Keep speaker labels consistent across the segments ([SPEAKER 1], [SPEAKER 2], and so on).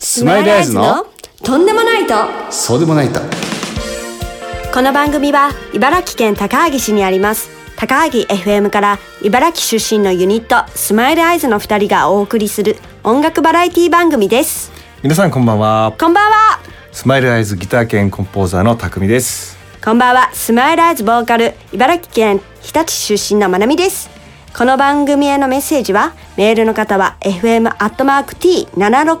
[SPEAKER 1] スマイルアイズの
[SPEAKER 2] とんでもないと
[SPEAKER 1] そうでもないと
[SPEAKER 2] この番組は茨城県高萩市にあります高萩 FM から茨城出身のユニットスマイルアイズの2人がお送りする音楽バラエティ番組です
[SPEAKER 3] 皆さんこんばんは
[SPEAKER 2] こんばんは
[SPEAKER 3] スマイルアイズギター兼コンポーザーのたくみです
[SPEAKER 2] こんばんはスマイルアイズボーカル茨城県日立市出身のまなみですこの番組へのメッセージはメールの方は fm.t768.net ファ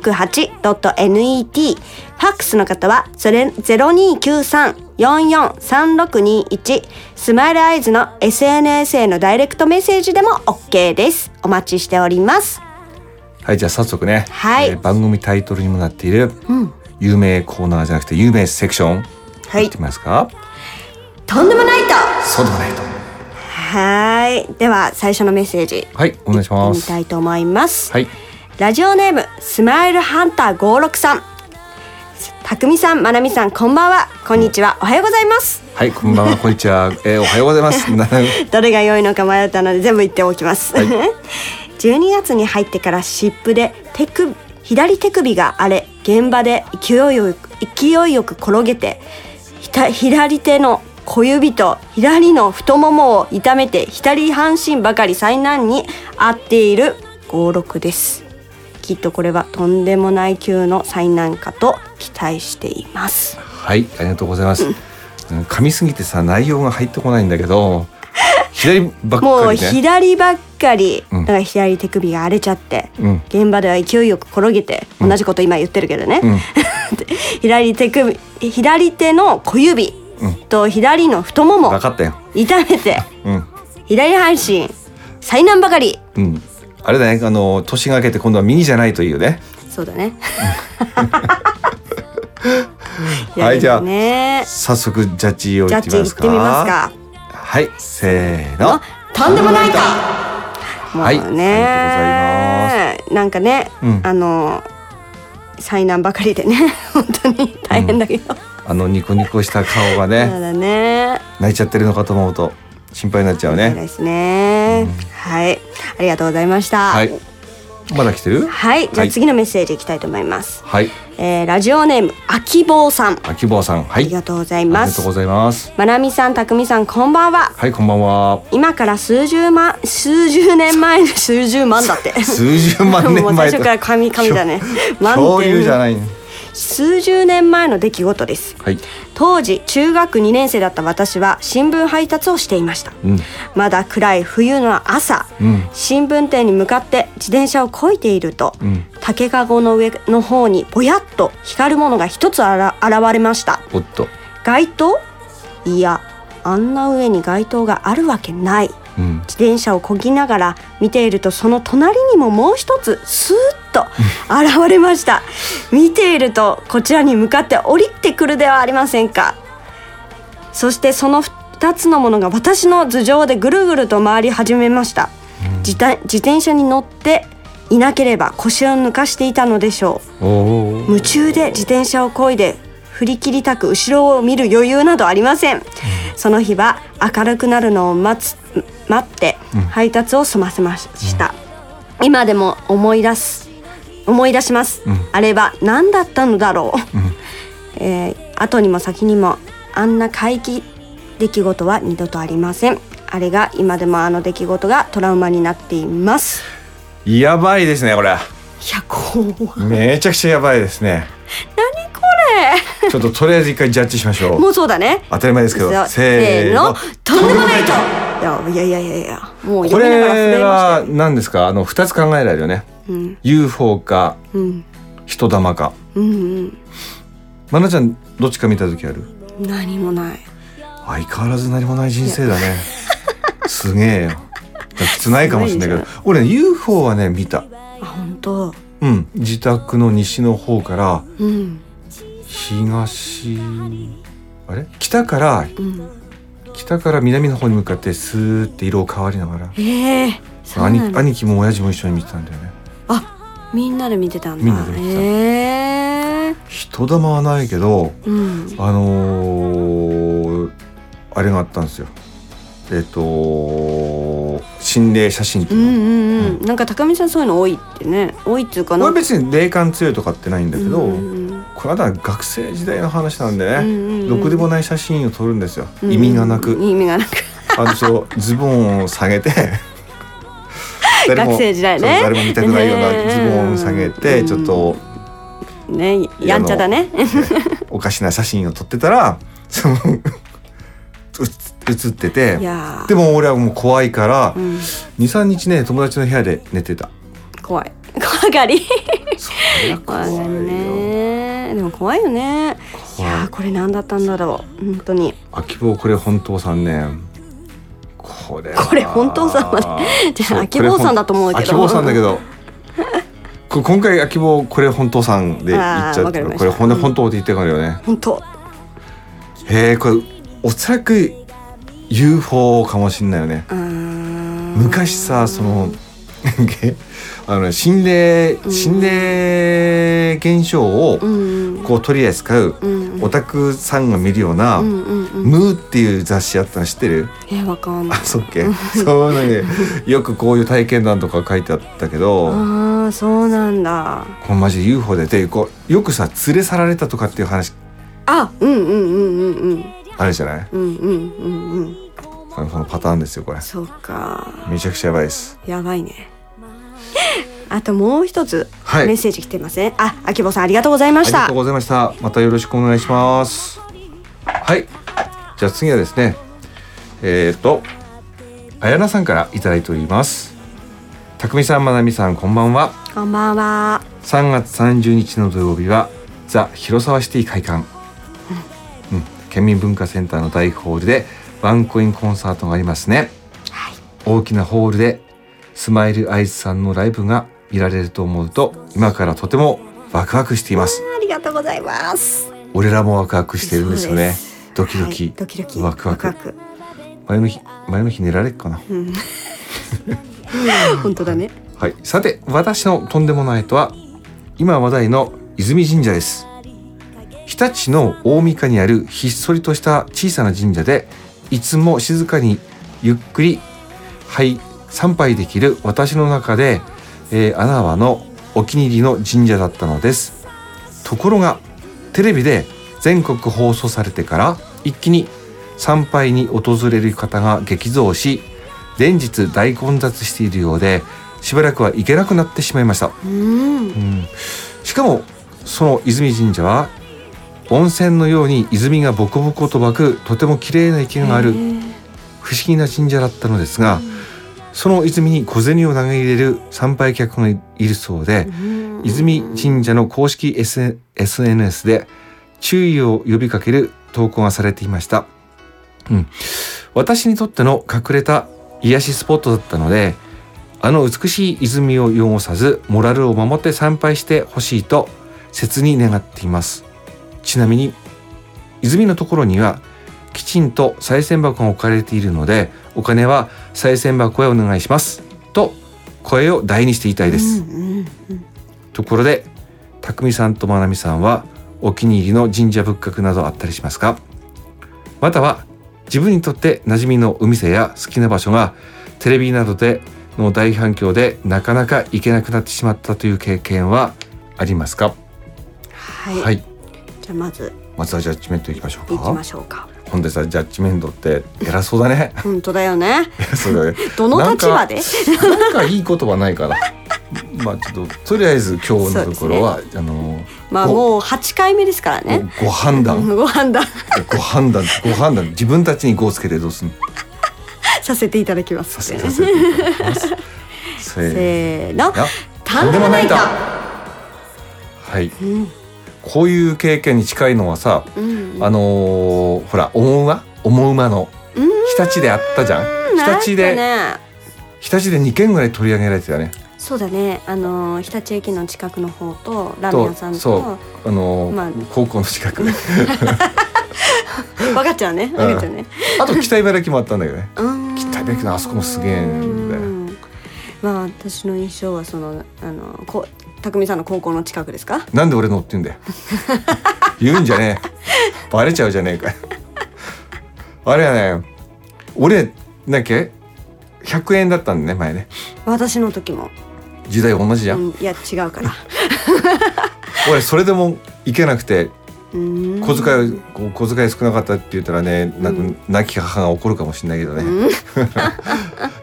[SPEAKER 2] ックスの方はそれ0293443621スマイルアイズの SNS へのダイレクトメッセージでも OK ですお待ちしております
[SPEAKER 3] はいじゃあ早速ね、
[SPEAKER 2] はい
[SPEAKER 3] 番組タイトルにもなっている、有名コーナーじゃなくて有名セクション
[SPEAKER 2] はい
[SPEAKER 3] ってみますか
[SPEAKER 2] とんでもないと
[SPEAKER 3] そうでもないと
[SPEAKER 2] はいでは最初のメッセージ
[SPEAKER 3] はいお願いしま
[SPEAKER 2] 見
[SPEAKER 3] す
[SPEAKER 2] たいと思います
[SPEAKER 3] はい
[SPEAKER 2] ラジオネームスマイルハンター56さんたくみさんまなみさんこんばんはこんにちはおはようございます
[SPEAKER 3] はいこんばんはこんにちは、 えー、おはようございますな
[SPEAKER 2] どれが良いのか迷ったので全部言っておきます、12月に入ってから湿布で手首左手首が荒れ現場で勢いよく勢いよく転げてひた左手の小指と左の太ももを痛めて左半身ばかり災難に遭っている56ですきっとこれはとんでもない級の災難かと期待しています
[SPEAKER 3] はいありがとうございます、うん噛みすぎてさ内容が入ってこないんだけど左ばっ
[SPEAKER 2] も
[SPEAKER 3] か
[SPEAKER 2] う
[SPEAKER 3] りね
[SPEAKER 2] 左ばっかり、
[SPEAKER 3] うん
[SPEAKER 2] だから左手首が荒れちゃって、
[SPEAKER 3] うん
[SPEAKER 2] 現場では勢いよく転げて、同じこと今言ってるけどね、
[SPEAKER 3] うん
[SPEAKER 2] 左手首左手の小指
[SPEAKER 3] うん
[SPEAKER 2] と左の太もも、
[SPEAKER 3] 分かったよ
[SPEAKER 2] 痛めて
[SPEAKER 3] うん
[SPEAKER 2] 左半身災難ばかり
[SPEAKER 3] うんあれだねあの年が明けて今度は右じゃないというね
[SPEAKER 2] そうだね
[SPEAKER 3] はいじゃあ
[SPEAKER 2] 左ね
[SPEAKER 3] 早速ジャッジを
[SPEAKER 2] ジ
[SPEAKER 3] い
[SPEAKER 2] ャ
[SPEAKER 3] っ
[SPEAKER 2] ッ
[SPEAKER 3] て
[SPEAKER 2] ジ
[SPEAKER 3] み
[SPEAKER 2] 行
[SPEAKER 3] ま
[SPEAKER 2] っ
[SPEAKER 3] すか
[SPEAKER 2] てみますか
[SPEAKER 3] はいせー
[SPEAKER 2] の
[SPEAKER 3] の
[SPEAKER 2] とんでもないともう
[SPEAKER 3] はいあ
[SPEAKER 2] ね、なんかね、
[SPEAKER 3] うん
[SPEAKER 2] あの災難ばかりでね 本当に大変だけど、
[SPEAKER 3] あのニコニコした顔が
[SPEAKER 2] そう
[SPEAKER 3] ね
[SPEAKER 2] だね
[SPEAKER 3] 泣いちゃってるのかと思うと心配になっちゃう
[SPEAKER 2] そう
[SPEAKER 3] ね
[SPEAKER 2] ですね、はいありがとうございました
[SPEAKER 3] はいまだ来てる
[SPEAKER 2] はいじゃ
[SPEAKER 3] は
[SPEAKER 2] あ
[SPEAKER 3] い
[SPEAKER 2] 次のメッセージいきたいと思います、
[SPEAKER 3] はい
[SPEAKER 2] えーラジオネームあきぼうさんあ
[SPEAKER 3] 秋坊さんはいあ
[SPEAKER 2] りがとうござい
[SPEAKER 3] り
[SPEAKER 2] ま
[SPEAKER 3] がとう
[SPEAKER 2] す
[SPEAKER 3] ございます
[SPEAKER 2] まなみさんたくみさんこんばんは
[SPEAKER 3] はいこんばんは
[SPEAKER 2] 今から数十万数十年前の数十万だって
[SPEAKER 3] 数十万
[SPEAKER 2] も
[SPEAKER 3] 年
[SPEAKER 2] う最
[SPEAKER 3] 前
[SPEAKER 2] 初から神々 だね万
[SPEAKER 3] 恐竜じゃ
[SPEAKER 2] い
[SPEAKER 3] ない
[SPEAKER 2] 数十年前の出来事です
[SPEAKER 3] はい
[SPEAKER 2] 当時中学2年生だった私は新聞配達をしていました、
[SPEAKER 3] うん
[SPEAKER 2] まだ暗い冬の朝、
[SPEAKER 3] うん
[SPEAKER 2] 新聞店に向かって自転車をこいていると、
[SPEAKER 3] うん
[SPEAKER 2] 竹籠の上の方にぼやっと光るものが一つあら現れました
[SPEAKER 3] おっと
[SPEAKER 2] 街灯いやあんな上に街灯があるわけない
[SPEAKER 3] うん
[SPEAKER 2] 自転車をこぎながら見ているとその隣にももう一つスーッと現れました見ているとこちらに向かって降りてくるではありませんかそしてその2つのものが私の頭上でぐるぐると回り始めました自転自転車に乗っていなければ腰を抜かしていたのでしょう
[SPEAKER 3] おお
[SPEAKER 2] 夢中で自転車を漕いで振り切りたく後ろを見る余裕などありません、その日は明るくなるのを待つ待って配達を済ませました、今でも思い出す思い出します、あれは何だったのだろう、 えー後にも先にもあんな怪奇出来事は二度とありませんあれが今でもあの出来事がトラウマになっています
[SPEAKER 3] やばいですねこれ
[SPEAKER 2] いや怖い
[SPEAKER 3] めちゃくちゃやばいですね
[SPEAKER 2] 何こ
[SPEAKER 3] ちょっととりあえず一回ジャッジしましょ
[SPEAKER 2] れ
[SPEAKER 3] う
[SPEAKER 2] もうそうだね
[SPEAKER 3] 当たり前ですけどせーの
[SPEAKER 2] とんでもないといやいやいやいやいやもう
[SPEAKER 3] こ
[SPEAKER 2] 読みながら
[SPEAKER 3] れ
[SPEAKER 2] 滑りま
[SPEAKER 3] は何ですかあの2つ考えられるよね、UFO か
[SPEAKER 2] したうん
[SPEAKER 3] 人玉か
[SPEAKER 2] うんうん
[SPEAKER 3] まなちゃんどっちか見た時ある
[SPEAKER 2] 何もない
[SPEAKER 3] 相変わらず何もない人生だねすげえよだから普通ないかもしれないけど
[SPEAKER 2] す
[SPEAKER 3] 俺ね UFO はね見た
[SPEAKER 2] あ本当
[SPEAKER 3] うん自宅の西の方から
[SPEAKER 2] うん
[SPEAKER 3] 東あれ北から
[SPEAKER 2] うん
[SPEAKER 3] 北から南の方に向かってスーって色を変わりながら
[SPEAKER 2] ええー、そう
[SPEAKER 3] 兄
[SPEAKER 2] なの
[SPEAKER 3] 兄貴も親父も一緒に見てたんだよね
[SPEAKER 2] あみんなで見てたんだ
[SPEAKER 3] みんなで見てた
[SPEAKER 2] ええ
[SPEAKER 3] 人玉はないけど
[SPEAKER 2] うん
[SPEAKER 3] あのーあれがあったんですよえっと、心霊写真って
[SPEAKER 2] うんう
[SPEAKER 3] いうの、
[SPEAKER 2] んうん、なんか高見さんそういうの多いってね多いっていうかな
[SPEAKER 3] これ別に霊感強いとかってないんだけど、
[SPEAKER 2] うんうん
[SPEAKER 3] これまだ学生時代の話なんでね、
[SPEAKER 2] うんうんうん
[SPEAKER 3] ろくでもない写真を撮るんですよ、
[SPEAKER 2] うん
[SPEAKER 3] 意味がなく、
[SPEAKER 2] 意味がなく
[SPEAKER 3] あのそうズボンを下げて誰も
[SPEAKER 2] 学生時代
[SPEAKER 3] そ
[SPEAKER 2] ね
[SPEAKER 3] う誰も見たくないよう
[SPEAKER 2] ね
[SPEAKER 3] なズボンを下げて、
[SPEAKER 2] うん
[SPEAKER 3] ちょっと
[SPEAKER 2] ねやんちゃだね
[SPEAKER 3] おかしな写真を撮ってたらそのうつ写ってて
[SPEAKER 2] いやー
[SPEAKER 3] でも俺はもう怖いから、
[SPEAKER 2] うん、
[SPEAKER 3] 23日ね友達の部屋で寝てた
[SPEAKER 2] 怖い怖がり
[SPEAKER 3] そりゃ
[SPEAKER 2] 怖
[SPEAKER 3] 怖
[SPEAKER 2] が
[SPEAKER 3] い
[SPEAKER 2] り
[SPEAKER 3] よ
[SPEAKER 2] ねでも怖いよねい
[SPEAKER 3] 怖い
[SPEAKER 2] やーこれ何だったんだろう本当に
[SPEAKER 3] 秋坊これ本当さんねこれは
[SPEAKER 2] これ本当さんはじゃあ
[SPEAKER 3] そう
[SPEAKER 2] 秋坊さんだと思うけど
[SPEAKER 3] これほん秋坊さんだけどこ今回秋坊これ本当さんで言っち
[SPEAKER 2] あー
[SPEAKER 3] ゃ
[SPEAKER 2] わ
[SPEAKER 3] っ
[SPEAKER 2] か
[SPEAKER 3] て
[SPEAKER 2] りました
[SPEAKER 3] これほんで本当って言ってからよね、
[SPEAKER 2] 本当
[SPEAKER 3] へえこれおそらく UFO かもしんないよね
[SPEAKER 2] うーん
[SPEAKER 3] 昔さそのあの心霊心霊現象を
[SPEAKER 2] うん
[SPEAKER 3] こう取り扱う
[SPEAKER 2] うん
[SPEAKER 3] オタクさんが見るよう
[SPEAKER 2] う
[SPEAKER 3] な「
[SPEAKER 2] んうんうん
[SPEAKER 3] ムー」っていう雑誌あったの知ってる
[SPEAKER 2] えわかんな
[SPEAKER 3] あ
[SPEAKER 2] い
[SPEAKER 3] そっけそうなんでよくこういう体験談とか書いてあったけど
[SPEAKER 2] ああそうなんだ
[SPEAKER 3] これマジで UFO ででこうよくさ連れ去られたとかっていう話
[SPEAKER 2] あうんうんうんうんうん
[SPEAKER 3] あるじゃない
[SPEAKER 2] うんうんうんうん
[SPEAKER 3] そのそのパターンですよこれ
[SPEAKER 2] そうか
[SPEAKER 3] めちゃくちゃやばいです
[SPEAKER 2] やばいね あともう一つ
[SPEAKER 3] はい
[SPEAKER 2] メッセージ来てますね、あ、あきぼさんありがとうございま
[SPEAKER 3] あ
[SPEAKER 2] し
[SPEAKER 3] り
[SPEAKER 2] た
[SPEAKER 3] がとうございましたまたよろしくお願いしますはいじゃあ次はですねえっ、ー、とあやなさんからいただいておりますたくみさんまなみさんこんばんは
[SPEAKER 2] こんばんは
[SPEAKER 3] 3月30日の土曜日はザ・広沢シティ会館、うん、県民文化センターの大ホールでワンコインコンサートがありますね、大きなホールでスマイルアイズさんのライブが見られると思うと今からとてもワクワクしています
[SPEAKER 2] ありがとうございます
[SPEAKER 3] 俺らもワクワクしてるんですよ
[SPEAKER 2] そう
[SPEAKER 3] ね
[SPEAKER 2] で
[SPEAKER 3] ドキドキ,、
[SPEAKER 2] はいドキドキ
[SPEAKER 3] ワクワク前の日前の日寝られっかな
[SPEAKER 2] うん 本当だね
[SPEAKER 3] はい、さて私のとんでもないとは今話題の泉神社です日立の大三日にあるひっそりとした小さな神社でいつも静かにゆっくり、はい、参拝できる私の中で、えー、穴場のお気に入りの神社だったのですところがテレビで全国放送されてから一気に参拝に訪れる方が激増し連日大混雑しているようでしばらくは行けなくなってしまいました、
[SPEAKER 2] うん
[SPEAKER 3] うんしかもその泉神社は温泉のように泉がボコボコと湧くとても綺麗な池がある
[SPEAKER 2] へー
[SPEAKER 3] 不思議な神社だったのですが、その泉に小銭を投げ入れる参拝客がいるそうで、
[SPEAKER 2] うん
[SPEAKER 3] 泉神社の公式 SN SNS で注意を呼びかける投稿がされていました、うん、私にとっての隠れた癒しスポットだったのであの美しい泉を汚さずモラルを守って参拝してほしいと切に願っていますちなみに泉のところにはきちんと賽銭箱が置かれているのでお金は賽銭箱へお願いしますと声を大にして言いたいです、
[SPEAKER 2] うんうんうん
[SPEAKER 3] ところで匠さんとまなみさんはお気に入りの神社仏閣などあったりしますかまたは自分にとって馴染みのお店や好きな場所がテレビなどでの大反響でなかなか行けなくなってしまったという経験はありますか
[SPEAKER 2] はい、
[SPEAKER 3] はい
[SPEAKER 2] じゃあまず
[SPEAKER 3] まずはジャッジメントいきましょう
[SPEAKER 2] 行き
[SPEAKER 3] か
[SPEAKER 2] ましょうか
[SPEAKER 3] ほんでさジャッジメントって偉そうだね
[SPEAKER 2] 本当だよね
[SPEAKER 3] 偉そうだね
[SPEAKER 2] どの立場で
[SPEAKER 3] なんかいい言葉ないかなまあちょっととりあえず今日のところは、あの
[SPEAKER 2] まあもう8回目ですからね
[SPEAKER 3] ごご判断
[SPEAKER 2] ご判断
[SPEAKER 3] ご判断、 ご判断、自分たちに5をつけてどうすんの。
[SPEAKER 2] させていただきます
[SPEAKER 3] させさせていただきます。せ
[SPEAKER 2] せー
[SPEAKER 3] ー
[SPEAKER 2] の
[SPEAKER 3] の。
[SPEAKER 2] とんでもないと
[SPEAKER 3] はい、
[SPEAKER 2] うん
[SPEAKER 3] こういう経験に近いのはさ、
[SPEAKER 2] うん
[SPEAKER 3] あのーほら、思うわ、思うまの。
[SPEAKER 2] うん
[SPEAKER 3] 日立であったじゃん。日立で、
[SPEAKER 2] なんかね
[SPEAKER 3] 日立で2件ぐらい取り上げられてたよね。
[SPEAKER 2] そうだねあのー日立駅の近くの方とラーメン
[SPEAKER 3] と
[SPEAKER 2] 屋さん、
[SPEAKER 3] そ
[SPEAKER 2] と
[SPEAKER 3] う、あのー
[SPEAKER 2] まあ
[SPEAKER 3] 高校の近く。
[SPEAKER 2] 分かっちゃうね分かっちゃうね
[SPEAKER 3] あと北茨城もあったんだけどね。
[SPEAKER 2] うん
[SPEAKER 3] 北別のあそこもすげえんだよ
[SPEAKER 2] うんまあ私の印象はそのあのこ匠さんの高校の近くですか
[SPEAKER 3] なんで俺のって言うんだ よ。言うんじゃねえ。バレちゃうじゃねえかよ。あれやね、俺、なんだっけ100円だったんでね前ね
[SPEAKER 2] 私の時も、
[SPEAKER 3] 時代同じじゃ、
[SPEAKER 2] うんん、いや違うから
[SPEAKER 3] 俺それでも行けなくて小
[SPEAKER 2] 小
[SPEAKER 3] 遣いこう小遣い少なかったって言ったらね泣く、泣き母が怒るかもしれないけどね、
[SPEAKER 2] うん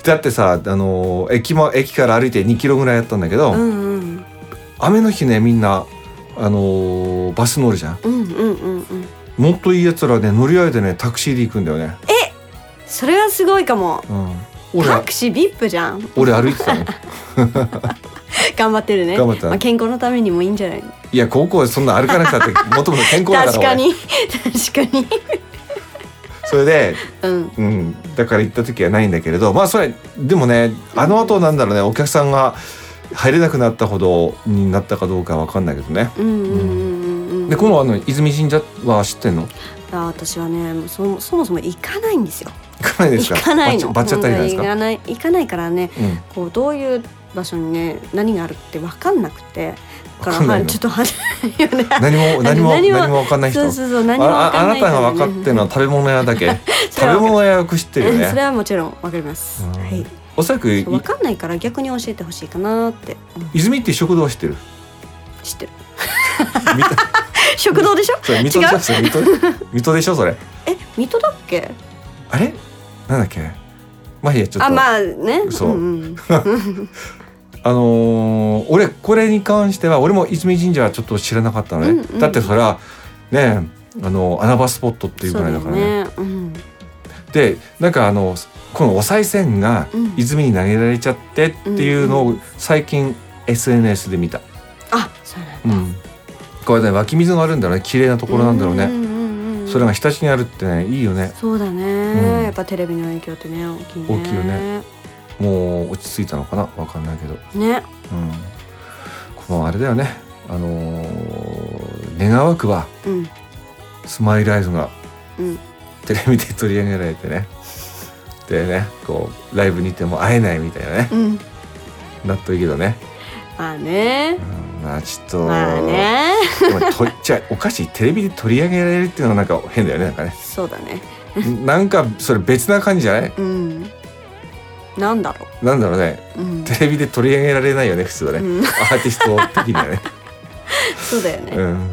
[SPEAKER 3] だってさあのー駅も駅から歩いて2キロぐらいやったんだけど、
[SPEAKER 2] うんうん
[SPEAKER 3] 雨の日ねみんなあのーバス乗るじゃん
[SPEAKER 2] うんうんうんうん
[SPEAKER 3] もっといいやつらね乗り合いでねタクシーで行くんだよね、
[SPEAKER 2] それはすごいかも
[SPEAKER 3] うん、俺
[SPEAKER 2] タクシー VIP じゃん
[SPEAKER 3] 俺歩いてたの
[SPEAKER 2] 頑張ってるね
[SPEAKER 3] 頑張った
[SPEAKER 2] まあ、健康のためにもいいんじゃない
[SPEAKER 3] いや高校はそんな歩かなくた ってもともと健康だから
[SPEAKER 2] 確か
[SPEAKER 3] 俺
[SPEAKER 2] に確かに
[SPEAKER 3] それで
[SPEAKER 2] うん
[SPEAKER 3] うん、だから行った時はないんだけれどまあそれでもねあの後なんだろうねお客さんが入れなくなったほどになったかどうかわかんないけどね。
[SPEAKER 2] うんうんうんうんうん
[SPEAKER 3] でこのあの泉神社は知ってんの
[SPEAKER 2] あ私はねそそもそも行かないんですよ
[SPEAKER 3] 行かないですか
[SPEAKER 2] 行かないの
[SPEAKER 3] バッチャバッチャったりじゃないです
[SPEAKER 2] うん行
[SPEAKER 3] か。
[SPEAKER 2] かない行かないからね
[SPEAKER 3] うん
[SPEAKER 2] こうどういう場所にね何があるって分かんなくてだから
[SPEAKER 3] わかんないの
[SPEAKER 2] はいちょっと話よね
[SPEAKER 3] 何 も何も
[SPEAKER 2] 何
[SPEAKER 3] 何
[SPEAKER 2] も
[SPEAKER 3] も分かんない人
[SPEAKER 2] そうそうそ
[SPEAKER 3] あ
[SPEAKER 2] う何も分
[SPEAKER 3] あ
[SPEAKER 2] かん
[SPEAKER 3] あ
[SPEAKER 2] な
[SPEAKER 3] ないた
[SPEAKER 2] らね
[SPEAKER 3] が分かってるのは食べ物屋だ け
[SPEAKER 2] そ
[SPEAKER 3] 食
[SPEAKER 2] れは
[SPEAKER 3] べ
[SPEAKER 2] 分か
[SPEAKER 3] 物屋よく知ってるよ
[SPEAKER 2] うん それ
[SPEAKER 3] ね。
[SPEAKER 2] はもちろん分かります、
[SPEAKER 3] うん
[SPEAKER 2] はい
[SPEAKER 3] おそらくい
[SPEAKER 2] 分かんないから逆に教えてほしいかなって、うん
[SPEAKER 3] 泉っていう食堂は知ってる。
[SPEAKER 2] 知ってる
[SPEAKER 3] みと
[SPEAKER 2] 食堂でしょ
[SPEAKER 3] それ水戸
[SPEAKER 2] 違う
[SPEAKER 3] じゃん水戸水戸でしょそれ。
[SPEAKER 2] え水戸だっけ
[SPEAKER 3] あれなんだっけ。まあいいやちょっ
[SPEAKER 2] あ
[SPEAKER 3] と。
[SPEAKER 2] まあね
[SPEAKER 3] そうん
[SPEAKER 2] ん、
[SPEAKER 3] あのー俺これに関しては俺も泉神社はちょっと知らなかったのね、
[SPEAKER 2] うんうん
[SPEAKER 3] だってそれはねあの穴場スポットっていう
[SPEAKER 2] そ
[SPEAKER 3] ぐ
[SPEAKER 2] う
[SPEAKER 3] ら
[SPEAKER 2] だ
[SPEAKER 3] いだ
[SPEAKER 2] よ
[SPEAKER 3] からね
[SPEAKER 2] ねうん
[SPEAKER 3] でなんかあのこのお賽銭が
[SPEAKER 2] うん
[SPEAKER 3] 泉に投げられちゃってっていうのを最近 SNS で見た、
[SPEAKER 2] あそうなん
[SPEAKER 3] う
[SPEAKER 2] だ
[SPEAKER 3] ん、これね湧き水があるんだろうね綺麗なところなんだろうね、
[SPEAKER 2] んうんうんうん
[SPEAKER 3] それが日立にあるってねいいよね
[SPEAKER 2] そうだね、
[SPEAKER 3] うん
[SPEAKER 2] やっぱテレビの影響ってね大きいね
[SPEAKER 3] 大きいよねもう落ち着いたのかなわかんないけど、うん、
[SPEAKER 2] ね
[SPEAKER 3] このあれだよねあのー願わくば
[SPEAKER 2] うん
[SPEAKER 3] スマイルアイズが
[SPEAKER 2] うん
[SPEAKER 3] テレビで取り上げられてねでねこうライブに行っても会えないみたいなね
[SPEAKER 2] うん
[SPEAKER 3] なっといいけどね、
[SPEAKER 2] まあね
[SPEAKER 3] うん、まあちょっと、
[SPEAKER 2] まあね
[SPEAKER 3] でもとじゃあおかしいテレビで取り上げられるっていうのはなんか変だよねなんか ね
[SPEAKER 2] そうだね
[SPEAKER 3] なんかそれ別な感じじゃない
[SPEAKER 2] うんなんだろ
[SPEAKER 3] なんだろうね
[SPEAKER 2] う、うん、
[SPEAKER 3] テレビで取り上げられないよね普通はね、
[SPEAKER 2] うん
[SPEAKER 3] アーティスト的にはね、
[SPEAKER 2] そうだよね、
[SPEAKER 3] うん、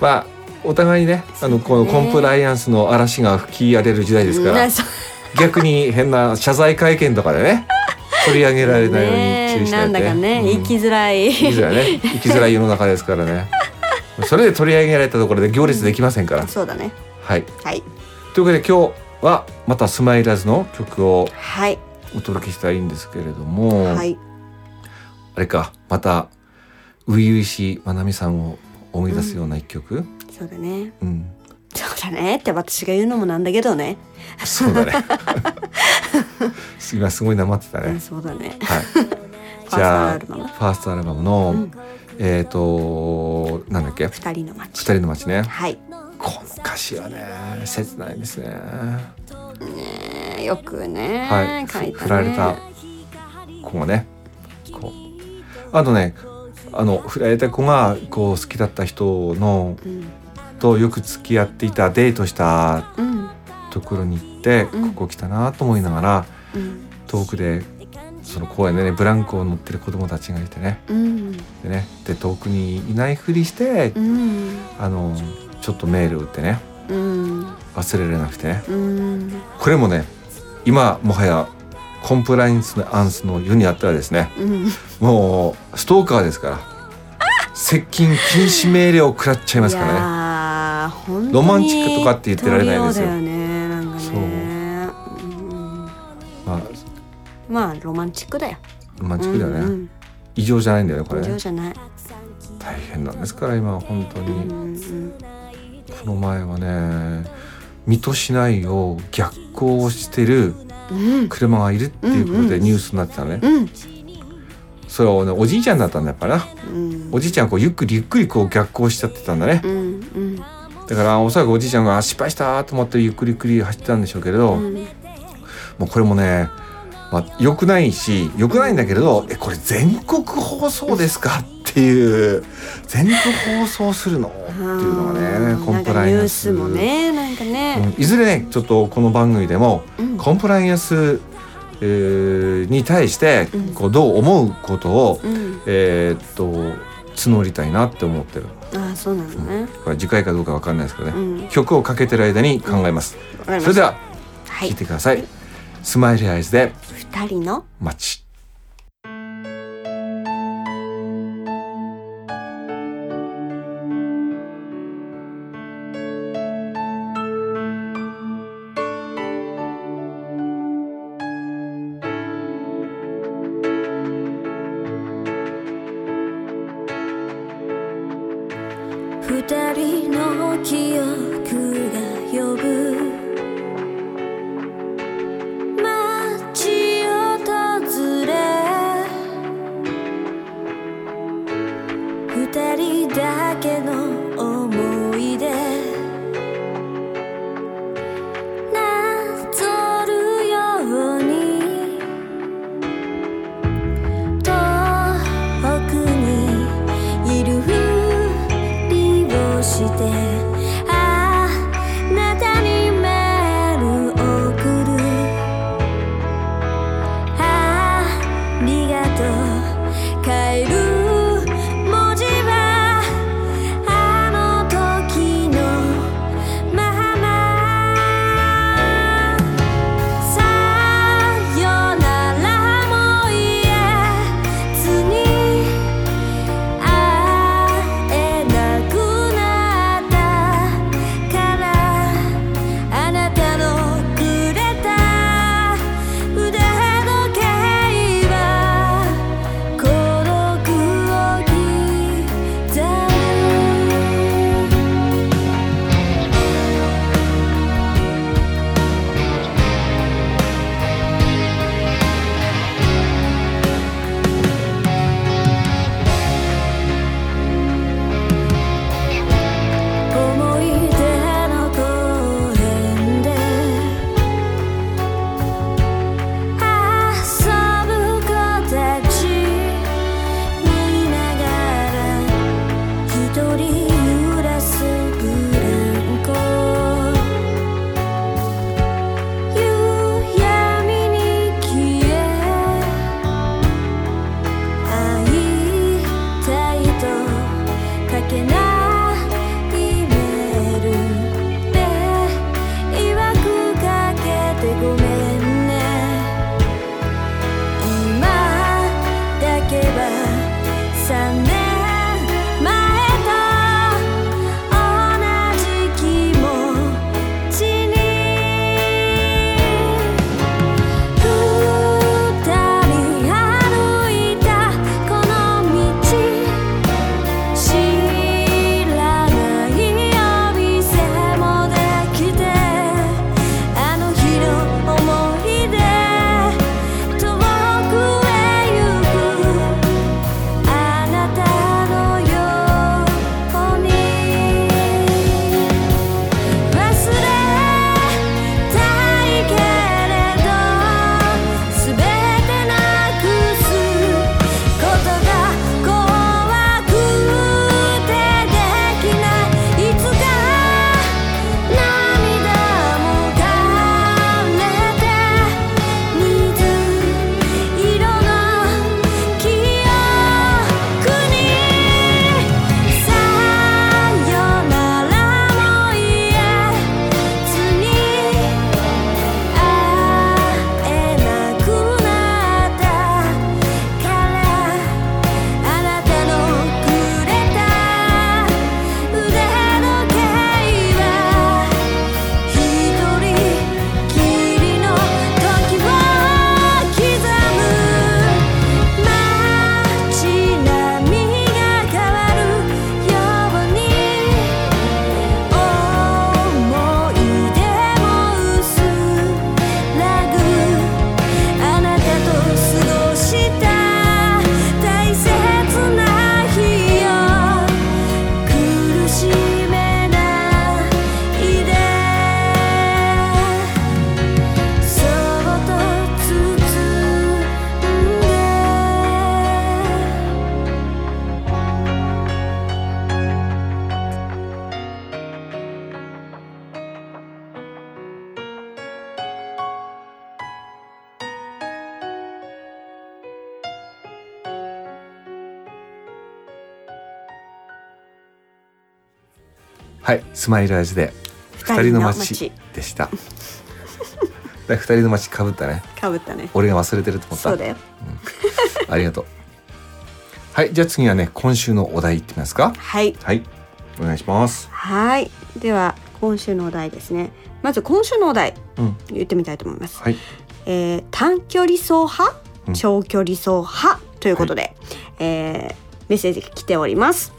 [SPEAKER 3] まあお互いねあのこのコンプライアンスの嵐が吹き荒れる時代ですから
[SPEAKER 2] なそう
[SPEAKER 3] 逆に変な謝罪会見とかでね取り上げられないように注意しな
[SPEAKER 2] ないん
[SPEAKER 3] と
[SPEAKER 2] だかね、
[SPEAKER 3] うん
[SPEAKER 2] 生きづらい
[SPEAKER 3] 生きづらいね生きづらい世の中ですからねそれで取り上げられたところで行列できませんから、
[SPEAKER 2] そうだね
[SPEAKER 3] はい
[SPEAKER 2] はい
[SPEAKER 3] というわけで今日はまたスマイラーズの曲を
[SPEAKER 2] はい
[SPEAKER 3] お届けしたいんですけれども、
[SPEAKER 2] はい
[SPEAKER 3] あれかまた初々しいまなみさんを思い出すような一曲、
[SPEAKER 2] そうだね
[SPEAKER 3] うん
[SPEAKER 2] そうだねって私が言うのもなんだけどね
[SPEAKER 3] そうだね今すごいなまってた
[SPEAKER 2] うん
[SPEAKER 3] ね、
[SPEAKER 2] そうだね
[SPEAKER 3] はいじ
[SPEAKER 2] ファースト
[SPEAKER 3] ゃ
[SPEAKER 2] ア
[SPEAKER 3] あ
[SPEAKER 2] ルバム
[SPEAKER 3] ファーストアルバムの、
[SPEAKER 2] うん
[SPEAKER 3] えっ、となんだっけ
[SPEAKER 2] 二人の街
[SPEAKER 3] 二人の街ね
[SPEAKER 2] はい
[SPEAKER 3] この歌詞はね切ないですね
[SPEAKER 2] ねよくね、
[SPEAKER 3] はい
[SPEAKER 2] 書いたね
[SPEAKER 3] 振られた子がねこうあとねあの振られた子がこう好きだった人の
[SPEAKER 2] うん
[SPEAKER 3] とよく付き合っていたデートした
[SPEAKER 2] うん
[SPEAKER 3] ところに行って、
[SPEAKER 2] うん
[SPEAKER 3] ここ来たなと思いながら
[SPEAKER 2] うん
[SPEAKER 3] 遠くでその公園でねブランコを乗ってる子供たちがいてね
[SPEAKER 2] うん
[SPEAKER 3] でねで遠くにいないふりして、
[SPEAKER 2] うん
[SPEAKER 3] あのちょっとメールを打ってね
[SPEAKER 2] うん
[SPEAKER 3] 忘れられなくてね
[SPEAKER 2] うん
[SPEAKER 3] これもね今もはやコンプライアンスのアンスの世にあったらですね
[SPEAKER 2] うん
[SPEAKER 3] もうストーカーですから接近禁止命令を食らっちゃいますからね
[SPEAKER 2] らね
[SPEAKER 3] ロマンチックとかって言ってられないですよ
[SPEAKER 2] だよねなんかねうん
[SPEAKER 3] まあ
[SPEAKER 2] まあロマンチックだよ
[SPEAKER 3] ロマンチックだよね、
[SPEAKER 2] うんうん
[SPEAKER 3] 異常じゃないんだよねこれ
[SPEAKER 2] 異常
[SPEAKER 3] ね
[SPEAKER 2] じゃない、
[SPEAKER 3] 大変なんですから今は本当
[SPEAKER 2] うんう
[SPEAKER 3] に
[SPEAKER 2] ん
[SPEAKER 3] この前はね水戸市内を逆行してる
[SPEAKER 2] うん
[SPEAKER 3] 車がいるっていうことでニュースになってたのね
[SPEAKER 2] うん
[SPEAKER 3] それをねおじいちゃんだったんだやっぱな
[SPEAKER 2] うん
[SPEAKER 3] おじいちゃんはこうゆっくりゆっくりこう逆行しちゃってたんだね
[SPEAKER 2] うんうん
[SPEAKER 3] だからおそらくおじいちゃんがあ失敗したと思ってゆっくりゆっくり走ってたんでしょうけれど、
[SPEAKER 2] うん
[SPEAKER 3] もうこれもね、まあ、良くないし良くないんだけれどえこれ全国放送ですかっていう全国放送するのっていうのが
[SPEAKER 2] あー
[SPEAKER 3] ねコンプライアンス
[SPEAKER 2] なんかニュースもねなんか
[SPEAKER 3] う
[SPEAKER 2] ね、
[SPEAKER 3] んいずれねちょっとこの番組でも
[SPEAKER 2] うん
[SPEAKER 3] コンプライアンスえーに対してこうどう思うことを、
[SPEAKER 4] うん
[SPEAKER 3] えーっと募りたいなって思ってる
[SPEAKER 4] ああそうなのね
[SPEAKER 3] これ次回かどうかわかんないですけどね、
[SPEAKER 4] うん
[SPEAKER 3] 曲をかけてる間に考えます、
[SPEAKER 4] わかり
[SPEAKER 3] そ
[SPEAKER 4] まし
[SPEAKER 3] れで
[SPEAKER 4] た
[SPEAKER 3] は
[SPEAKER 4] は
[SPEAKER 3] 聴
[SPEAKER 4] い
[SPEAKER 3] いてください、スマイルアイズで
[SPEAKER 4] 二人の
[SPEAKER 3] 「街
[SPEAKER 2] 二人の記憶が呼ぶ街を訪れ二人だけの思い出なぞるように遠くにいるふりをしてあなたにメール送るありがとう帰る文字はあの時のまま「さよならも言えずに会えなくなった」
[SPEAKER 3] はい、スマイル味で二
[SPEAKER 2] 二
[SPEAKER 3] 人
[SPEAKER 2] 人
[SPEAKER 3] の
[SPEAKER 2] の
[SPEAKER 3] 街
[SPEAKER 2] 街
[SPEAKER 3] でした。 だから二人の街かぶったね。
[SPEAKER 2] かぶったね
[SPEAKER 3] 俺が忘れてると思った。
[SPEAKER 2] そうだよ
[SPEAKER 3] ありがとう。はい、じゃあ次はね、今週のお題いってみますか。
[SPEAKER 2] はい
[SPEAKER 3] はい、お願いします。
[SPEAKER 2] はいでは今週のお題ですねまず今週のお題
[SPEAKER 3] うん、
[SPEAKER 2] 言ってみたいと思います、
[SPEAKER 3] はい、
[SPEAKER 2] えー短距離走派
[SPEAKER 3] うん
[SPEAKER 2] 長距離走派ということで、えーメッセージ来ております、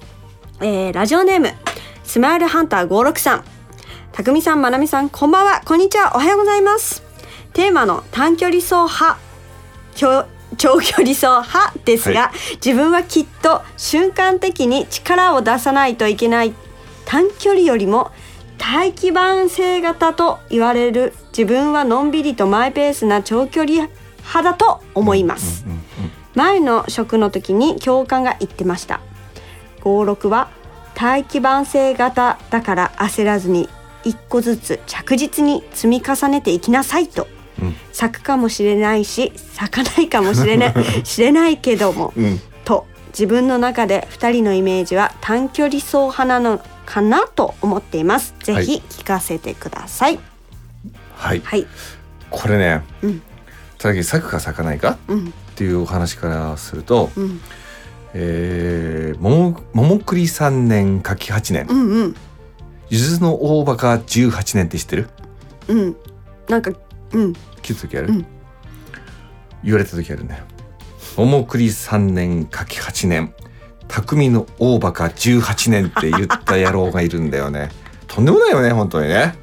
[SPEAKER 2] えーラジオネームスマイルハンター56さんたくみさんまなみさんこんばんはこんにちはおはようございますテーマの短距離走派きょ長距離走派ですが、
[SPEAKER 3] は
[SPEAKER 2] 自分はきっと瞬間的に力を出さないといけない短距離よりも大気晩成型と言われる自分はのんびりとマイペースな長距離派だと思います、
[SPEAKER 3] うん、うん、
[SPEAKER 2] 前の職の時に教官が言ってました56は大気晩成型だから焦らずに一個ずつ着実に積み重ねていきなさいと
[SPEAKER 3] うん
[SPEAKER 2] 咲くかもしれないし咲かないかもしれない 知れないけども、
[SPEAKER 3] うん
[SPEAKER 2] と自分の中で2人のイメージは短距離走派なのかなと思っていますぜ
[SPEAKER 3] はい
[SPEAKER 2] ひ聞かせてください
[SPEAKER 3] はい、
[SPEAKER 2] はい、
[SPEAKER 3] これね、
[SPEAKER 2] うん
[SPEAKER 3] ただけ咲くか咲かないか
[SPEAKER 2] うん
[SPEAKER 3] っていうお話からすると、
[SPEAKER 2] うん
[SPEAKER 3] えー、もも桃栗三年柿八年
[SPEAKER 2] う、んうん
[SPEAKER 3] ゆずの大バカ十八年って知ってる？
[SPEAKER 2] うんなんかうん
[SPEAKER 3] 聞いた時ある、
[SPEAKER 2] うん
[SPEAKER 3] 言われた時あるんだよ桃栗三年柿八年匠の大バカ十八年って言った野郎がいるんだよねとんでもないよね本当にね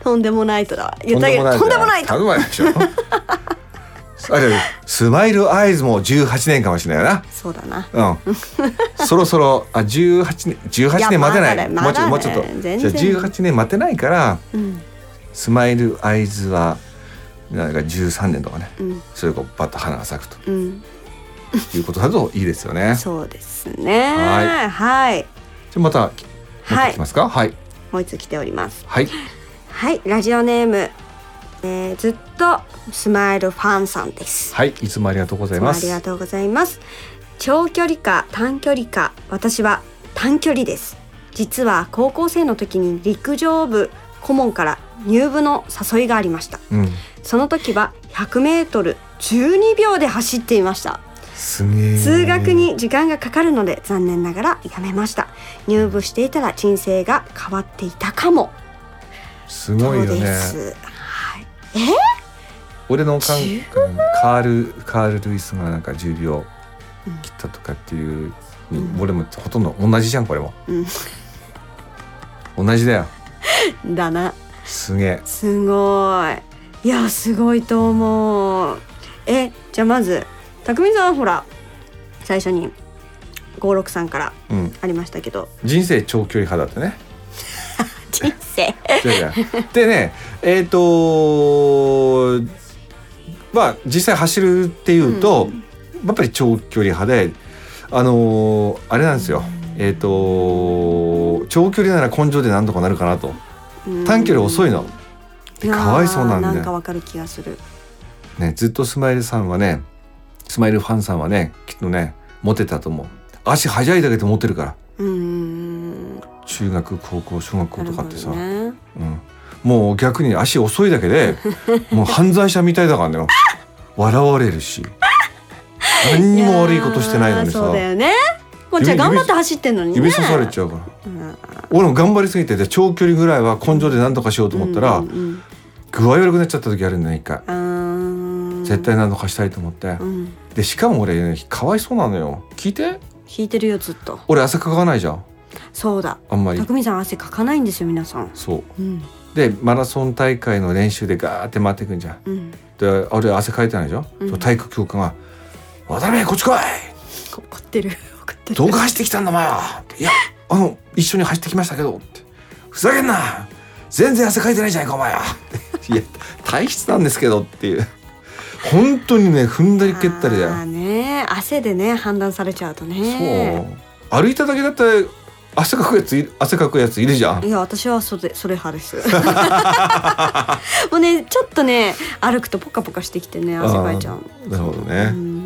[SPEAKER 2] とんでもないとだわ言ったけど
[SPEAKER 3] と
[SPEAKER 2] と
[SPEAKER 3] んで
[SPEAKER 2] んで
[SPEAKER 3] も
[SPEAKER 2] も
[SPEAKER 3] な
[SPEAKER 2] ないい
[SPEAKER 3] とん
[SPEAKER 2] と
[SPEAKER 3] でもないでしょ あれスマイルアイズも18年かもしれないな
[SPEAKER 2] そうだな
[SPEAKER 3] うん、そろそろあ18年18
[SPEAKER 2] いや
[SPEAKER 3] 年待てない
[SPEAKER 2] まだだよ
[SPEAKER 3] もうちょっとも
[SPEAKER 2] ま
[SPEAKER 3] うちょっと
[SPEAKER 2] だだよ全
[SPEAKER 3] じゃあ
[SPEAKER 2] 然
[SPEAKER 3] 18年待てないから
[SPEAKER 2] うん
[SPEAKER 3] スマイルアイズはなんか13年とかね
[SPEAKER 2] うん
[SPEAKER 3] それがバッと花が咲くと
[SPEAKER 2] うん
[SPEAKER 3] いうことだといいですよ ね。
[SPEAKER 2] そうですね
[SPEAKER 3] は
[SPEAKER 2] はい
[SPEAKER 3] じゃあまた、また来ますか。はい。
[SPEAKER 2] もう一つ来ております
[SPEAKER 3] はい。
[SPEAKER 2] はいラジオネーム、えー、ずっとスマイルファンさんです
[SPEAKER 3] はい。いつもありがとうござい
[SPEAKER 2] いつも
[SPEAKER 3] ま
[SPEAKER 2] あ
[SPEAKER 3] す。
[SPEAKER 2] りがとうございます長距離か短距離か私は短距離です実は高校生の時に陸上部顧問から入部の誘いがありました
[SPEAKER 3] うん。
[SPEAKER 2] その時は 100m12 秒で走っていました
[SPEAKER 3] すげえ。
[SPEAKER 2] 通学。に時間がかかるので残念ながらやめました入部していたら人生が変わっていたかも
[SPEAKER 3] すごいよ
[SPEAKER 2] そうで
[SPEAKER 3] ね。
[SPEAKER 2] すはい
[SPEAKER 3] 俺の感
[SPEAKER 2] 10
[SPEAKER 3] うんカールカールルイスがなんか10秒切ったとかっていう、俺もほとんど同じじゃんこれも。同じだよ。
[SPEAKER 2] だな
[SPEAKER 3] すげえ。
[SPEAKER 2] すごいいやすごいと思うえじゃあまず匠さんはほら最初に56さんから
[SPEAKER 3] うん。
[SPEAKER 2] ありましたけど
[SPEAKER 3] 人生長距離派だってね。
[SPEAKER 2] 人生
[SPEAKER 3] 違う違う でねえっ、とまあ実際走るっていうと、やっぱり長距離派であのーあれなんですよえっ、と長距離なら根性でなんとかなるかなと短距離遅いので
[SPEAKER 2] うん
[SPEAKER 3] かわいそうなん
[SPEAKER 2] あー
[SPEAKER 3] だ
[SPEAKER 2] なんか
[SPEAKER 3] よ、
[SPEAKER 2] わかる気がする
[SPEAKER 3] ね、ずっとスマイルさんはねスマイルファンさんはねきっとねモテたと思う足速いだけでモテるから
[SPEAKER 2] うーんな
[SPEAKER 3] 中学高校小学校と
[SPEAKER 2] る
[SPEAKER 3] か
[SPEAKER 2] ほ
[SPEAKER 3] ってさ、
[SPEAKER 2] どね
[SPEAKER 3] うん、もう逆に足遅いだけ でもう犯罪者みたいだからね笑われるし何にも悪いことしてないのに
[SPEAKER 2] やーそ
[SPEAKER 3] さ
[SPEAKER 2] うだよねこっちは頑張って走ってんのにね
[SPEAKER 3] 指さされちゃ
[SPEAKER 2] ゃ
[SPEAKER 3] うから
[SPEAKER 2] うん、うん
[SPEAKER 3] 俺も頑張りすぎてて長距離ぐらいは根性で何とかしようと思ったら、
[SPEAKER 2] うん
[SPEAKER 3] 具合悪くなっちゃった時あるんだよ一回
[SPEAKER 2] あー
[SPEAKER 3] 絶対何とかしたいと思って、
[SPEAKER 2] うん
[SPEAKER 3] でしかも俺、ね、かわいそうなのよ聞いて
[SPEAKER 2] 引いてるよずっと
[SPEAKER 3] 俺汗かかないじゃん
[SPEAKER 2] そうだ
[SPEAKER 3] あんまり
[SPEAKER 2] 匠さん汗かかないんですよ皆さん
[SPEAKER 3] そう
[SPEAKER 2] うん
[SPEAKER 3] でマラソン大会の練習でガーって回っていくんじゃん
[SPEAKER 2] うん
[SPEAKER 3] であれ汗かいてないでしょ、
[SPEAKER 2] うん
[SPEAKER 3] 体育教官が「渡辺こっち来い!」
[SPEAKER 2] 怒ってる 怒ってる
[SPEAKER 3] どこ走ってきたんだお前は」いやあの一緒に走ってきましたけど」って「ふざけんな全然汗かいてないじゃないかお前は」いや体質なんですけど」っていう本当にね踏んだり蹴ったりだよ
[SPEAKER 2] あーね汗でね判断されちゃうと
[SPEAKER 3] そ
[SPEAKER 2] ね
[SPEAKER 3] う歩いただけだったら汗かくやつい汗かくやついるじゃん
[SPEAKER 2] いや私はそれそれ派ですもうねちょっとね歩くとポカポカしてきてね汗かいちゃう
[SPEAKER 3] あーなるほどね、
[SPEAKER 2] うん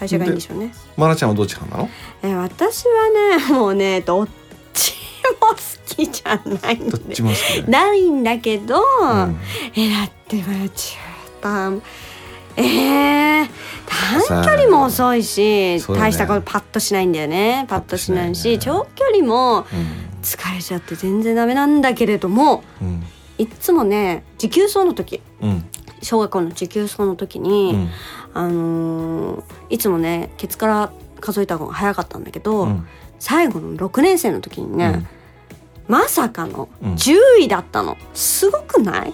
[SPEAKER 2] 代謝がいいんでしょうね
[SPEAKER 3] マナちゃんはどっち派なの
[SPEAKER 2] え私はねもうねどっちも好きじゃないん
[SPEAKER 3] どっ
[SPEAKER 2] で
[SPEAKER 3] ちも好きだね
[SPEAKER 2] ないんだけど、
[SPEAKER 3] ん
[SPEAKER 2] えだってまあ中短えー、短距離も遅いし、
[SPEAKER 3] そうだね
[SPEAKER 2] 大したことパッとしないんだよねパッとしないし
[SPEAKER 3] パッとしない
[SPEAKER 2] 長距離も疲れちゃって全然ダメなんだけれども
[SPEAKER 3] うん
[SPEAKER 2] いっつもね持久走の時
[SPEAKER 3] うん
[SPEAKER 2] 小学校の持久走の時
[SPEAKER 3] う
[SPEAKER 2] に、
[SPEAKER 3] ん
[SPEAKER 2] あのーいつもねケツから数えた方が早かったんだけど、
[SPEAKER 3] うん
[SPEAKER 2] 最後の6年生の時にね、
[SPEAKER 3] うん
[SPEAKER 2] まさかの
[SPEAKER 3] うん
[SPEAKER 2] 10位だったの、すごくない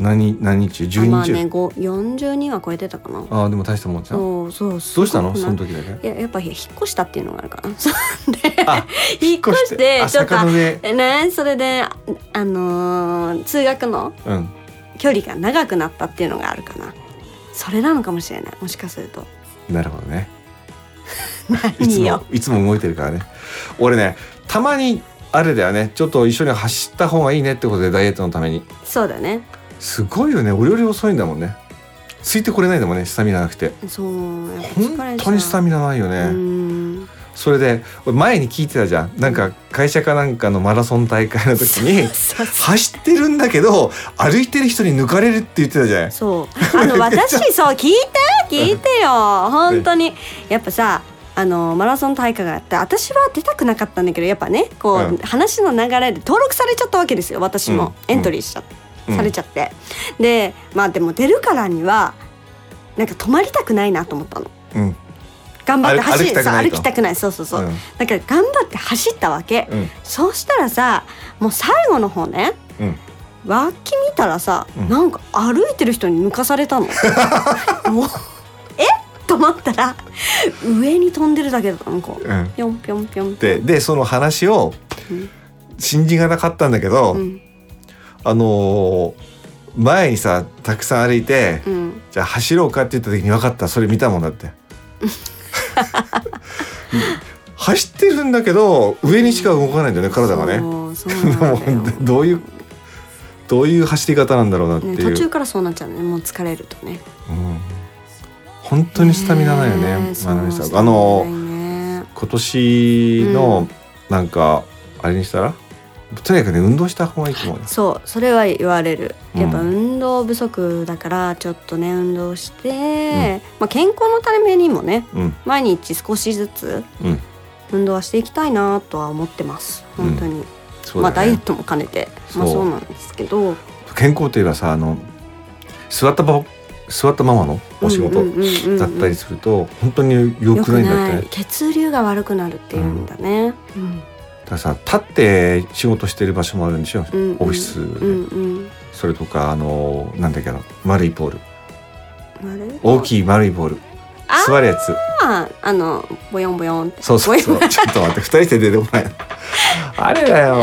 [SPEAKER 3] 何何日
[SPEAKER 2] あ
[SPEAKER 3] 12
[SPEAKER 2] まあ
[SPEAKER 3] 日
[SPEAKER 2] ねご40人は超えてたかな
[SPEAKER 3] ああでも大したもんじゃんど
[SPEAKER 2] そうそうす
[SPEAKER 3] う
[SPEAKER 2] ご
[SPEAKER 3] した
[SPEAKER 2] くない
[SPEAKER 3] のその時だけ
[SPEAKER 2] いややっぱ引っ越したっていうのがあるかな そう
[SPEAKER 3] あ
[SPEAKER 2] で引っ越して
[SPEAKER 3] あ
[SPEAKER 2] ちょっと
[SPEAKER 3] 坂の上
[SPEAKER 2] ねそれでああのー通学の
[SPEAKER 3] うん
[SPEAKER 2] 距離が長くなったっていうのがあるかなそれなのかもしれないもしかする と
[SPEAKER 3] なるほどねいつ
[SPEAKER 2] 何よ
[SPEAKER 3] もいつも動いてるからね俺ねたまにあれだよねちょっと一緒に走った方がいいねってことでダイエットのために
[SPEAKER 2] そうだね
[SPEAKER 3] すごいよね俺より遅いんだもんねついてこれないんだもんねスタミナなくて
[SPEAKER 2] そうやっぱ
[SPEAKER 3] 本当にスタミナないよ
[SPEAKER 2] ナう
[SPEAKER 3] ね
[SPEAKER 2] ん
[SPEAKER 3] それで俺前に聞いてたじゃんなんか会社かなんかのマラソン大会の時に
[SPEAKER 2] そうそう
[SPEAKER 3] 走ってるんだけど歩いてる人に抜かれるって言ってたじゃない
[SPEAKER 2] そう。あの私そう聞いて聞いてよ本当にやっぱさ。あのマラソン大会があって私は出たくなかったんだけどやっぱねこう、
[SPEAKER 3] うん
[SPEAKER 2] 話の流れで登録されちゃったわけですよ私も、
[SPEAKER 3] うん
[SPEAKER 2] エントリーしちゃ、
[SPEAKER 3] うん
[SPEAKER 2] されちゃってでまあでも出るからにはなんか止まりたくないなと思ったの
[SPEAKER 3] うん
[SPEAKER 2] 頑張って
[SPEAKER 3] 歩
[SPEAKER 2] 走
[SPEAKER 3] 歩きたく
[SPEAKER 2] そう
[SPEAKER 3] ない
[SPEAKER 2] 歩
[SPEAKER 3] と
[SPEAKER 2] きたくないそうそうそう、
[SPEAKER 3] うん
[SPEAKER 2] だから頑張って走ったわけ、
[SPEAKER 3] うん
[SPEAKER 2] そうしたらさもう最後の方ね
[SPEAKER 3] うん
[SPEAKER 2] 脇見たらさ、
[SPEAKER 3] うん
[SPEAKER 2] なんか歩いてる人に抜かさ れたのもうえと思ったら上に飛んでるだけだったのこう、
[SPEAKER 3] うん
[SPEAKER 2] ぴょんぴょんぴょん
[SPEAKER 3] ででその話を
[SPEAKER 2] うん
[SPEAKER 3] 信じがなかったんだけど、
[SPEAKER 2] うん
[SPEAKER 3] あのー前にさたくさん歩いて、
[SPEAKER 2] うん
[SPEAKER 3] じゃあ走ろうかって言った時に分かったそれ見たもんだって 走ってるんだけど上にしか動かないんだよね体がね
[SPEAKER 2] そうそうなんだよ
[SPEAKER 3] もうどういうどういう走り方なんだろうなってい
[SPEAKER 2] ね、
[SPEAKER 3] う、
[SPEAKER 2] 途中からそうなっちゃうねもう疲れるとね
[SPEAKER 3] うん本当にスタミナないよね
[SPEAKER 2] えそう
[SPEAKER 3] まなみさん
[SPEAKER 2] スタ
[SPEAKER 3] あ
[SPEAKER 2] ミナない
[SPEAKER 3] のー
[SPEAKER 2] ね
[SPEAKER 3] 今年
[SPEAKER 2] う
[SPEAKER 3] の
[SPEAKER 2] ん
[SPEAKER 3] なんか、あれにしたらとにかくね運動した方がいいと思うよ
[SPEAKER 2] そうそれは言われる
[SPEAKER 3] うん
[SPEAKER 2] やっぱ運動不足だからちょっとね運動して、まあ、健康のためにもね
[SPEAKER 3] うん
[SPEAKER 2] 毎日少しずつ
[SPEAKER 3] うん
[SPEAKER 2] 運動はしていきたいなとは思ってます本当に、
[SPEAKER 3] そう
[SPEAKER 2] まあ
[SPEAKER 3] だ
[SPEAKER 2] ダイエッ
[SPEAKER 3] ね、
[SPEAKER 2] トも兼ねてまあ
[SPEAKER 3] そう
[SPEAKER 2] そうなんですけど
[SPEAKER 3] 健康といえばさあの座ったば座ったままのお仕事
[SPEAKER 2] うんうんうんうん
[SPEAKER 3] だったりすると本当に良く
[SPEAKER 2] よく
[SPEAKER 3] ないんだって
[SPEAKER 2] な
[SPEAKER 3] ね
[SPEAKER 2] い血流が悪くなるっていうんだね、うん
[SPEAKER 3] だからさ立って仕事してる場所もあるんでしょ、
[SPEAKER 2] うんうん、
[SPEAKER 3] オフィス、
[SPEAKER 2] うんうん
[SPEAKER 3] それとかあのなんだっけな丸いボール
[SPEAKER 2] あれ
[SPEAKER 3] 大きい丸いボール
[SPEAKER 2] あー
[SPEAKER 3] 座るやつ
[SPEAKER 2] ああのボヨンボヨンって
[SPEAKER 3] そうそうそ
[SPEAKER 2] ボ
[SPEAKER 3] うちょっと待って二人して出てこないあれだ
[SPEAKER 2] ヨン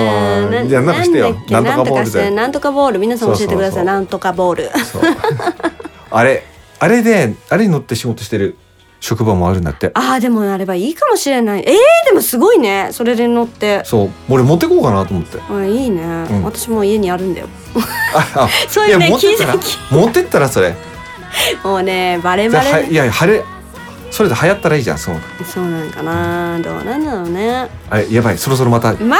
[SPEAKER 2] えー
[SPEAKER 3] よ
[SPEAKER 2] な
[SPEAKER 3] じゃあなんかしてよ
[SPEAKER 2] だっけ
[SPEAKER 3] なんとかボールだよ
[SPEAKER 2] なんとかボール皆さん教えて
[SPEAKER 3] そう
[SPEAKER 2] くだ
[SPEAKER 3] そうそ
[SPEAKER 2] さ
[SPEAKER 3] う
[SPEAKER 2] いなんとかボール
[SPEAKER 3] そうあれあれであれに乗って仕事してる職場もあるんだって
[SPEAKER 2] ああでもあればいいかもしれないえー、でもすごいねそれで乗って
[SPEAKER 3] そう俺持ってこうかなと思って
[SPEAKER 2] あいいね、
[SPEAKER 3] ん
[SPEAKER 2] 私も家にあるんだよ
[SPEAKER 3] ああ
[SPEAKER 2] そういうね
[SPEAKER 3] や持ってったら
[SPEAKER 2] 気づ
[SPEAKER 3] 持ってったらそれ
[SPEAKER 2] もうねバレ
[SPEAKER 3] じゃ
[SPEAKER 2] バ
[SPEAKER 3] あは
[SPEAKER 2] レ
[SPEAKER 3] いや晴れそれで流行ったらいいじゃんそう
[SPEAKER 2] そうなんかなどうなんだろうね
[SPEAKER 3] あれやばいそろそろまた
[SPEAKER 2] ま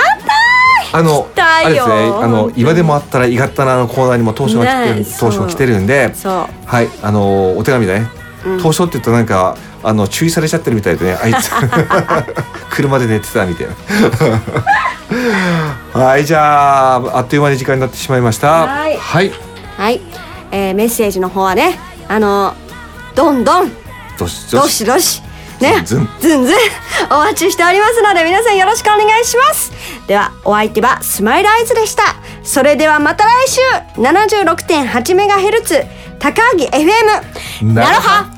[SPEAKER 3] あの
[SPEAKER 2] た
[SPEAKER 3] あ
[SPEAKER 2] い
[SPEAKER 3] れで
[SPEAKER 2] よ
[SPEAKER 3] すねあ
[SPEAKER 2] 本
[SPEAKER 3] の
[SPEAKER 2] 当に
[SPEAKER 3] 今でもあったらいがったなのコーナーにも当初が来てる、
[SPEAKER 2] ね
[SPEAKER 3] 当初が来てるんで
[SPEAKER 2] たそ
[SPEAKER 3] はいあのお手紙だね、
[SPEAKER 2] う、うん、
[SPEAKER 3] 当初って言うとなんかあの注意されちゃってるみたいでねあい つ車で寝てたみたいな はいじゃああっという間に時間になってしまいました
[SPEAKER 2] はい
[SPEAKER 3] はい
[SPEAKER 2] はい、えー、メッセージの方はねあのどんどん
[SPEAKER 3] どしど
[SPEAKER 2] ど
[SPEAKER 3] し
[SPEAKER 2] しどしね
[SPEAKER 3] ず
[SPEAKER 2] ず
[SPEAKER 3] ん
[SPEAKER 2] んずんお待ちしておりますので皆さんよろしくお願いしますではお相手はスマイルアイズでしたそれではまた来週 76.8MHz 高木 FM
[SPEAKER 3] な
[SPEAKER 2] な
[SPEAKER 3] ろ
[SPEAKER 2] ろ
[SPEAKER 3] は
[SPEAKER 2] は